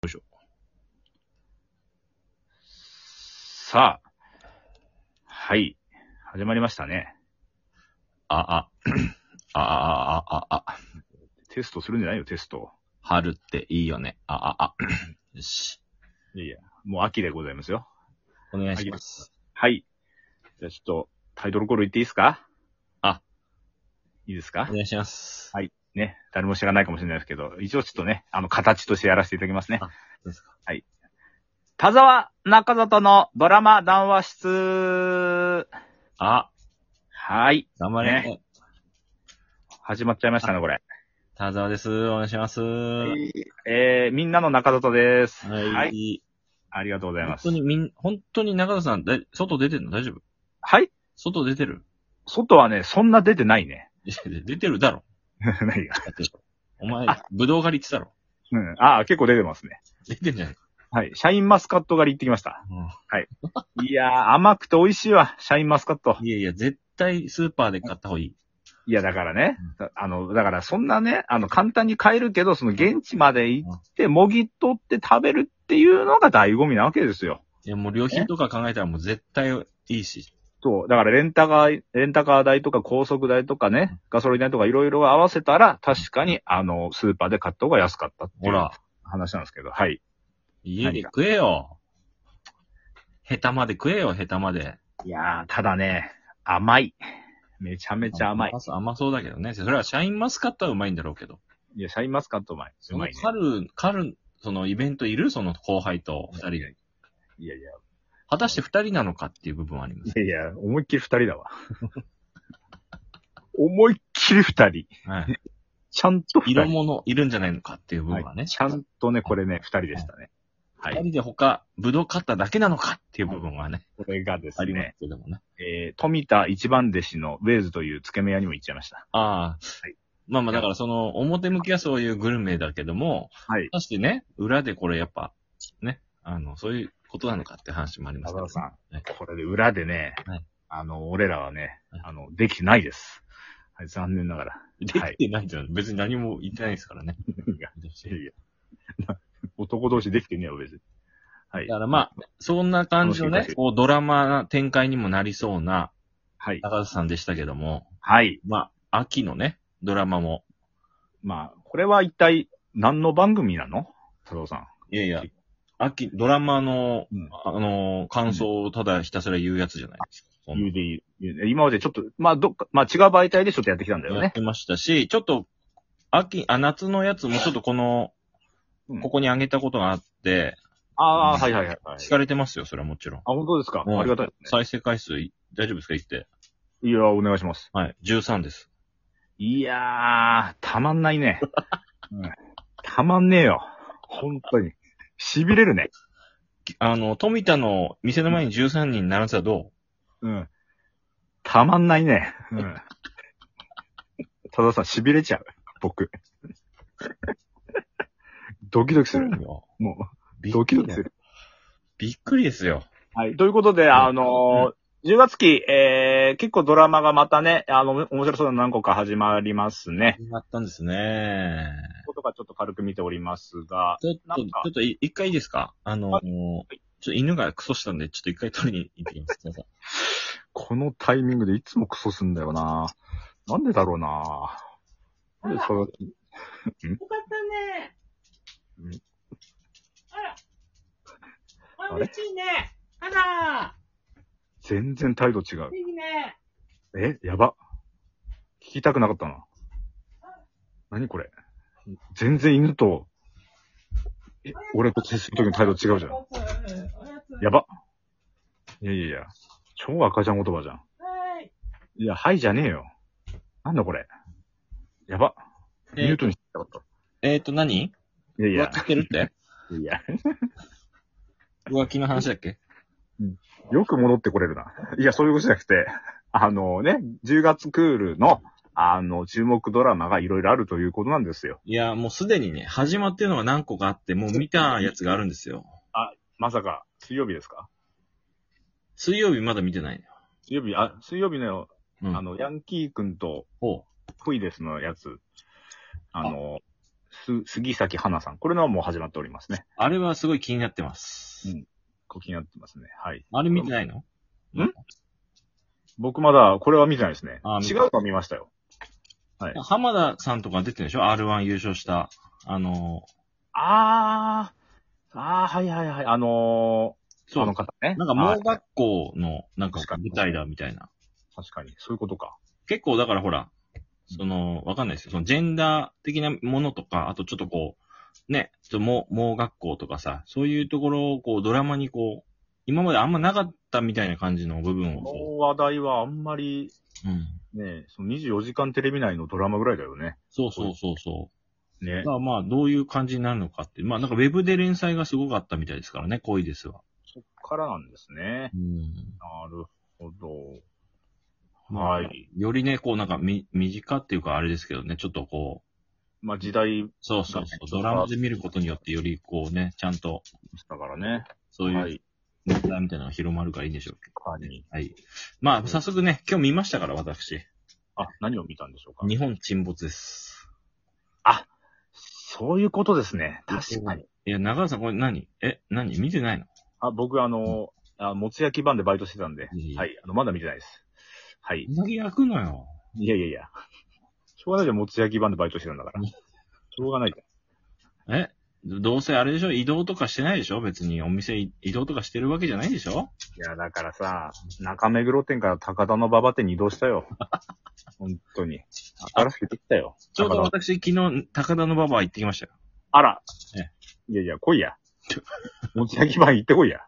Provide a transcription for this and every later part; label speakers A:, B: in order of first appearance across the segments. A: よいしょ。さあ。はい。始まりましたね。
B: あ、 あ、あ、あ、あ、あ、あ、
A: テストするんじゃないよ、テスト。
B: 春っていいよね。あ、あ、 あ、よし。
A: いやいや、もう秋でございますよ。
B: お願いします。
A: はい。じゃあちょっと、タイトルコール言っていいですか
B: あ。
A: いいですか
B: お願いします。
A: はいね。誰も知らないかもしれないですけど、一応ちょっとね、あの、形としてやらせていただきますね
B: あ。そうですか
A: 田沢中里のドラマ談話室。
B: あ、
A: はい。
B: 頑張れ、ね。
A: 始まっちゃいましたね、これ。
B: 田沢です。お願いします。はい。
A: えー、みんなの中里です。はい。ありがとうござい
B: 本
A: ます
B: 当。にみん、本当に中田さん、だい外出てんの大丈夫
A: はい
B: 外出てる
A: 外はね、そんな出てないね。
B: いや出てるだ ろ。
A: 何が。
B: だってお前、ぶどう狩り行ってたろ。
A: うん。ああ、結構出てますね。
B: 出てんじゃない
A: はい。シャインマスカット狩り行ってきました。
B: う
A: いやー、甘くて美味しいわ。シャインマスカット。
B: ん。いやいや、絶対スーパーで買った方がいい。
A: いや、だからね。あの、だからそんなね、あの、簡単に買えるけど、その現地まで行って、もぎ取って食べるっていうのが醍醐味なわけですよ。
B: いや、もう良品とか考えたらもう絶対いいし。
A: そう。だからレンタカー、レンタカー代とか高速代とかね、ガソリン代とかいろいろ合わせたら、確かにあの、スーパーで買った方が安かったってい
B: ほ
A: う
B: ら。
A: 話なんですけど、はい。
B: 家で食えよ。下手まで食えよ、下手まで。
A: いやー、ただね、甘い。めちゃめちゃ甘い。
B: 甘そう。甘そうだけどね。それはシャインマスカットはうまいんだろうけど。
A: いや、シャインマスカットうまい。う
B: その
A: まいね。
B: カル、カル、そのイベントいるその後輩と二人で。
A: いやいや、
B: 果たして二人なのかっていう部分はありま
A: い
B: す。
A: やいや、思いっきり二人だわ。 思いっきり二人。
B: はい。
A: ちゃんと二
B: 色
A: 人。
B: 物いるんじゃないのかっていう部分は
A: はい
B: ね。
A: ちゃんとね、これね、二人でしたね。は
B: 二
A: い。
B: 人で他、ブドウ買っただけなのかっていう部分はね。
A: これがです
B: あります
A: ね、
B: けどもね。
A: えー、富田一番弟子のウェーズというつけ麺屋にも行っちゃいました。
B: ああ
A: はい。
B: まあまあ、だからその、表向きはそういうグルメだけども、
A: はい。
B: 果たしてね、裏でこれやっぱ、ね、あの、そういうことなのかって話もあります
A: 中
B: けど
A: 田
B: ね
A: さん
B: はい、
A: これで裏でね
B: はい、
A: あの、俺らはね
B: はい、
A: あの、できてないです。はい、残念ながら。
B: できてないじゃん。別に何も言ってないですからね。
A: いやいやいや。 男同士できてねえよ、別に。はい。
B: だからまあ、そんな感じの
A: 楽しい
B: ね
A: です、
B: こうドラマな展開にもなりそうな
A: はい。
B: 高田さんでしたけども、
A: はい。
B: まあ、秋のね、ドラマも、
A: まあ、これは一体何の番組なの佐藤さん。
B: いやいや、秋、ドラマの
A: うん、
B: あのー、感想をただひたすら言うやつじゃないですか。そんな
A: UD、今までちょっと、まあ、どっか、まあ違う媒体でちょっとやってきたんだよ
B: やっ
A: ね。
B: てましたし、ちょっと、秋、あ、夏のやつもちょっとこの
A: うん、
B: ここにあげたことがあって、
A: ああ、はいはいはい。
B: 聞かれてますよ、それはもちろん。
A: あ、本当ですか。
B: うん
A: ありがたいです
B: 再生回数い、大丈夫ですか言って。
A: ね。いやー、お願いします。
B: はい、13です。
A: いやー、たまんない ね。うんたまんねえよ。本当に。痺れるね。
B: あの、富田の店の前に13人並んでたらど
A: う
B: う
A: ん。たまんないね。 うん。たださん、痺れちゃう。僕。 ドキドキする。もう、
B: びっ
A: ド
B: く
A: キドキ
B: りだ
A: す
B: よ
A: る。
B: びっくりですよ。
A: はい。ということで、あのー10月期、えー、結構ドラマがまたね、あの、面白そうなの何個か始まりますね。
B: 始まったんですね。
A: こことかちょっと軽く見ておりますが、
B: ちょっと、
A: な
B: ち
A: んか
B: ょっとい一回いいですかあの、
A: はい
B: もうちょっと犬がクソしたんで、ちょっと一回取りに行ってきます。すいません
A: このタイミングでいつもクソすんだよななんでだろうななんでその
C: よかった
A: う
C: ね
A: ん。
C: あら。
A: あれ
C: あ、嬉しいね。あら。
A: 全然態度違う。
C: いいね。
A: えやば。聞きたくなかったな。何これ全然犬と、え、俺と接するときの態度違うじゃん。
C: おやつ。おやつ
A: やば。いやいやいや。超赤ちゃん言葉じゃん。
C: はい。
A: いや、はいじゃねえよ。なんだこれ。やば。ミュートにしてなかっ
B: えっ、ー、と何、
A: た。いやいや
B: 浮気、して るって
A: いや、
B: 浮気の話だっけ
A: よく戻ってこれるな。いや、そういうことじゃなくて、 あのね、10月クールの、あの、注目ドラマがいろいろあるということなんですよ。
B: いや、もうすでにね、始まってるのが何個かあって、もう見たやつがあるんですよ。
A: まさか、水曜日ですか
B: 水曜日まだ見てないのよ。
A: 水曜日、あ、水曜日の、
B: うん
A: あの、ヤンキー君と、
B: ほう
A: ホイデスのやつ、あの、す、杉咲花さん。これのはもう始まっておりますね。
B: あれはすごい気になってます。
A: うんこう気になってますね。はい。
B: あれ見てないの
A: 僕まだ、これは見てないですね
B: あ。見
A: 違
B: た
A: うのは見ましたよ。
B: 浜田さんとか出てるでしょ ?R1 優勝した。あの
A: あー、あー、はいはいはい。あの
B: ー、
A: ー、その方ね。
B: なんか、
A: も
B: 盲学校の、なんか
A: 確か、に
B: 舞台だみたいな。
A: 確かに。そういうことか。
B: 結構、だからほら、その、わかんないですよ。その、ジェンダー的なものとか、あとちょっとこう、ね、ちょっと盲盲学校とかさ、そういうところを、こう、ドラマにこう、今まであんまなかったみたいな感じの部分を
A: こ
B: こ
A: の話題はあんまり、
B: う、うん。
A: ね、その24時間テレビ内のドラマぐらいだよね。
B: そうそうそうそ
A: ね
B: う。だか。らまあ、どういう感じになるのかって。まあ、なんか、ウェブで連載がすごかったみたいですからね、恋ですわ。
A: そっからなんですね。
B: うん。
A: なるほど。
B: まあ
A: はい。
B: よりね、こう、なんか、み、身近っていうか、あれですけどね、ちょっとこう、
A: まあ時代で
B: そうそうそう。ドラマで見ることによってよりこうね、ちゃんと、
A: したからね。
B: そう
A: はいい。
B: うネタみたいなのが広まるからいいんでしょうけ
A: 他
B: どね
A: に。
B: はい。まあ、早速ね、今日見ましたから、私。
A: あ、何を見たんでしょうか。
B: 日本沈没です。
A: そういうことですね。確かに。
B: いや、長尾さん、これ何え、何見てないの
A: あ、僕あの、あもつ焼き版でバイトしてたんで
B: いえいえ、
A: はい。あの、まだ見てないです。はい。
B: うなぎ焼くのよ。
A: いやいやいや。しょうがないじゃん、もつ焼き版でバイトしてたんだから。しょうがないじ
B: えどうせあれでしょ移動とかしてないでしょ別にお店い移動とかしてるわけじゃないでしょ
A: ゃん。いや、だからさ、中目黒店から高田の馬場店に移動した よ。本当に。新しくできたよ。
B: ちょうど
A: 高田
B: 私、昨日、高田の馬場行ってきましたよ。
A: あら
B: え。
A: いやいや、来いや。もつ焼き版行ってこいや。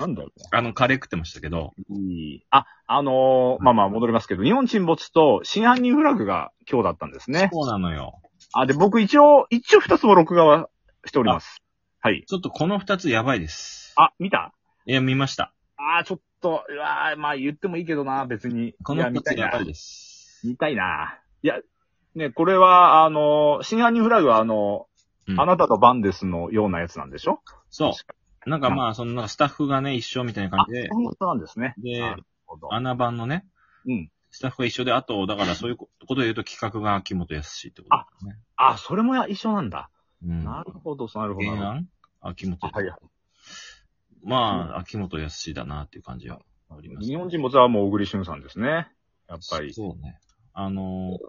A: なんだろうね。
B: あの、カレー食ってましたけど。
A: いいあ、あのーまあまあ戻りますけど、日本沈没と真犯人フラグが今日だったんですね。
B: そうなのよ。
A: あ、で、僕一応、一応二つも録画はしております。はい。
B: ちょっとこの二つやばいです。
A: あ、見た
B: いや、見ました。
A: あーちょっと、うわーまあ言ってもいいけどな、別に。
B: こ
A: い
B: の
A: や、
B: 二
A: 見た
B: つ
A: い
B: や
A: な
B: ば。いです。
A: 見たいな。いや、ね、これは、あのー真犯人フラグは、あのー
B: うん
A: あなたとバンデスのようなやつなんでしょ
B: そう
A: 確か。
B: なんかまあ、そのなんかスタッフがね、一緒みたいな感
A: あ、
B: じで、
A: そういうことなんですね。
B: で
A: なるほど。
B: 穴番のね、
A: うん。
B: スタッフが一緒で、あと、だからそういうことで言うと企画が秋元康ってことですね。
A: あ、それもや一緒なんだ。
B: うん。
A: なるほど、なるほど。
B: 原
A: なる
B: 案秋元
A: ほど。はいはい。
B: まあ、秋元康だなっていう感じはあります、
A: 日本人もはもう小栗旬さんですね。やっぱり。
B: そうね。あの
A: もう、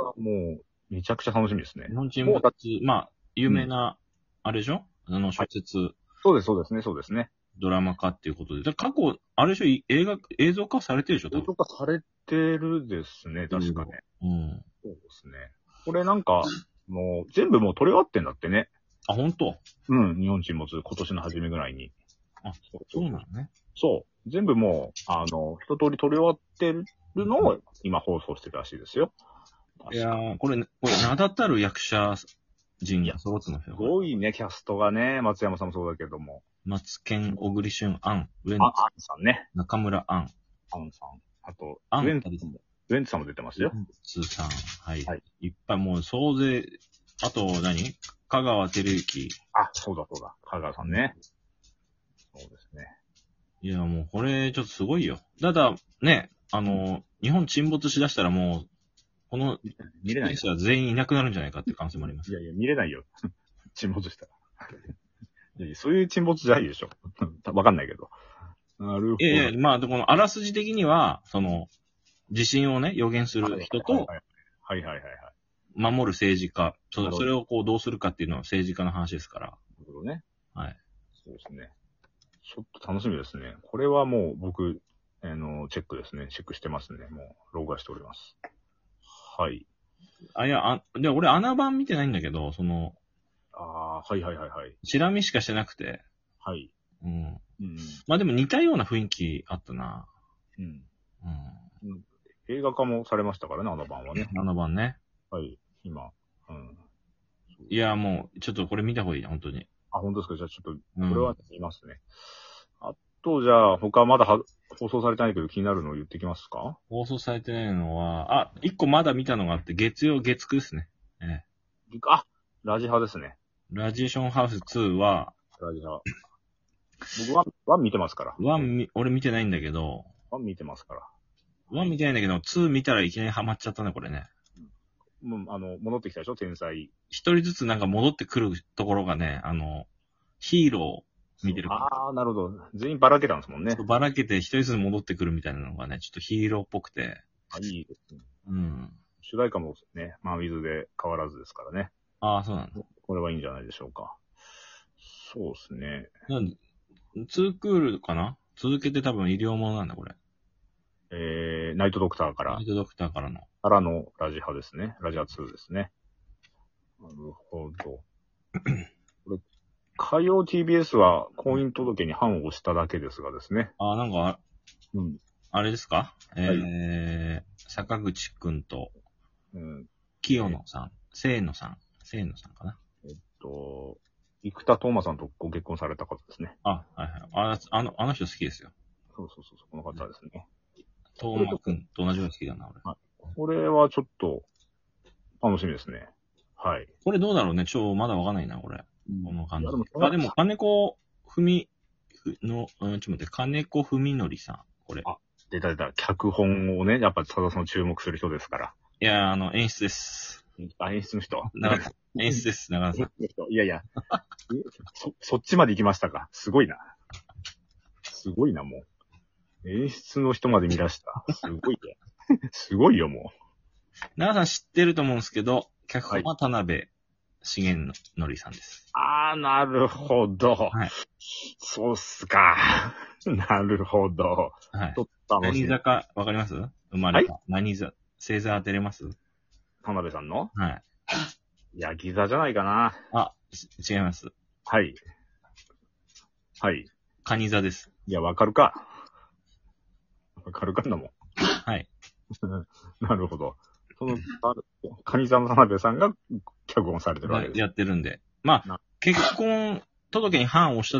A: めちゃくちゃ楽しみですね
B: ー、日。本人物、まあ、有名な、あれでしょあの、小説、
A: そうです、そうですね、そうですね。
B: ドラマ化っていうことで。だから過去、あれでしょい映画、映像化されてるでしょ多
A: 映
B: 分
A: 像化されてるですね、確かね。
B: うん。
A: そうですね。これなんか、もう、全部もう撮り終わってんだってね。
B: あ、本当
A: うん、日本沈没、今年の初めぐらいに。
B: あ、
A: そう
B: そうなのね。
A: そう。全部もう、あの、一通り撮り終わってるのを、今放送してるらしいですよ。
B: いやー、これ、これ、名だたる役者陣が揃ってます
A: す
B: よ。
A: ごいね、キャストがね、松山さんもそうだけども。
B: 松健、小栗旬、杏、上
A: あ、
B: 野、
A: アンさんね。
B: 中村杏、
A: アンさん。あと、
B: アン
A: ウエンツさんも、ウエンツさんも出てますよ。
B: スーさん、はい。、
A: はい
B: っぱいもう総勢、あと何、香川照之。
A: あ、そうだそうだ。香川さんね。そうですね。
B: いや、もうこれ、ちょっとすごいよ。ただ、ね、あの、日本沈没しだしたらもう、この
A: 見れない。
B: 人は全員いなくなるんじゃないかっていう可能性もあります。
A: いやいや、見れないよ。 沈没したら。いやいや、そういう沈没じゃないでしょ。 わかんないけど。なるほど。
B: いやいや、まあ、このあらすじ的には、その、地震をね、予言する人と、
A: はいはいはいはい。な
B: 守る政治家、そ
A: なるほど
B: それをこうどうするかっていうのは政治家の話ですから。
A: るほどね。
B: はい。
A: そうですね。ちょっと楽しみですね。これはもう僕、あの、チェックですね。チェックしてますね。もう、録画しております。はい。
B: あ、いや、あ、で、俺穴番見てないんだけど、その、
A: ああ、はいはいはいはい。
B: チラ見しかしてなくて、
A: はい。
B: うん。
A: うん。
B: まあでも似たような雰囲気あったな。
A: うん。
B: う
A: 映画化もされましたからね、あの晩はね。
B: ん。穴番ね。
A: はい、今。うん。
B: いや、もう、ちょっとこれ見た方がいいな、本当に。
A: あ、本当ですかじゃあちょっ
B: う
A: と、
B: ん。
A: これは見ますね。あと、じゃあ、他まだは放送されてないけど気になるのを言ってきますか
B: 放送されてないのは、あ、一個まだ見たのがあって、月曜、月9ですね。ええ。
A: あ、ラジハですね。
B: ラジエーションハウス2は、
A: ラジハ。僕は、ワン見てますから。
B: 1み、俺見てないんだけど、
A: ワン見てますから。
B: 1見てないんだけど、2見たらいきなりハマっちゃったね、これね。
A: もうあの、戻ってきたでしょ天才。
B: 一人ずつなんか戻ってくるところがね、あの、ヒーロー見てるから
A: ああ、なるほど。全員ばらけたんですもんね
B: ちょっと。ばらけて一人ずつ戻ってくるみたいなのがね、ちょっとヒーローっぽくて。
A: あいいですね。
B: うん。
A: 主題歌もね、まあ、水で変わらずですからね。
B: ああ、そうなんだ。
A: これはいいんじゃないでしょうか。そうですね。
B: なんツークールかな続けて多分医療ものなんだ、これ。
A: えー、ナイトドクターから
B: ライ、トドクターからの。
A: からのラジハですね。ラジハ2ですね。なるほど。これ、海洋 TBS は婚姻届に判を押しただけですがですね。
B: ああ、なんかあ、
A: うん。
B: あれですか、えー、坂口くんと
A: うん
B: 清野さん、清野さん、清野さんかな
A: と、生田斗真さんとご結婚された方ですね。
B: あ、はいはい。ああの、あの人好きですよ。
A: そうそうそうそう、この方ですね。
B: トーマくんと同じような好きだな、俺。
A: これはちょっと、楽しみですね。はい。
B: これどうだろうねちょ、まだわかんないな、これ。この感じ
A: いやでも。
B: あ、でも、金子ふみ、ふの、うん、ちょっと待って、金子ふみのりさん、これ。
A: あ出た出た、脚本をね、やっぱ、さださん注目する人ですから。
B: いやー、あの、演出です。
A: あ、演出の人。
B: 長田さん演出です、長田さん。
A: いやいや、 そ、そっちまで行きましたか。すごいな。すごいな、もう。演出の人まで見出した。すごいね。すごいよ、も
B: 長田さん知ってると思うんですけど、脚本は田辺茂のりさんです。
A: う。ああ、なるほど。
B: はい
A: そうっすか。なるほど。
B: はい
A: ちょ。っと楽し
B: 何
A: い
B: 座。か、わかります生まれた。何座、星座当てれます
A: 田辺さんの
B: はい。
A: ヤギ座じゃないかな。
B: あ、し違います。
A: はい。はい。
B: カニ座です。
A: いや、わかるか。わかるかんだもん。
B: はい。
A: なるほど。その、あ神様田辺さんが脚本されてるわけですね
B: やってるんで。まあ
A: な、
B: 結婚届に判を押しただけ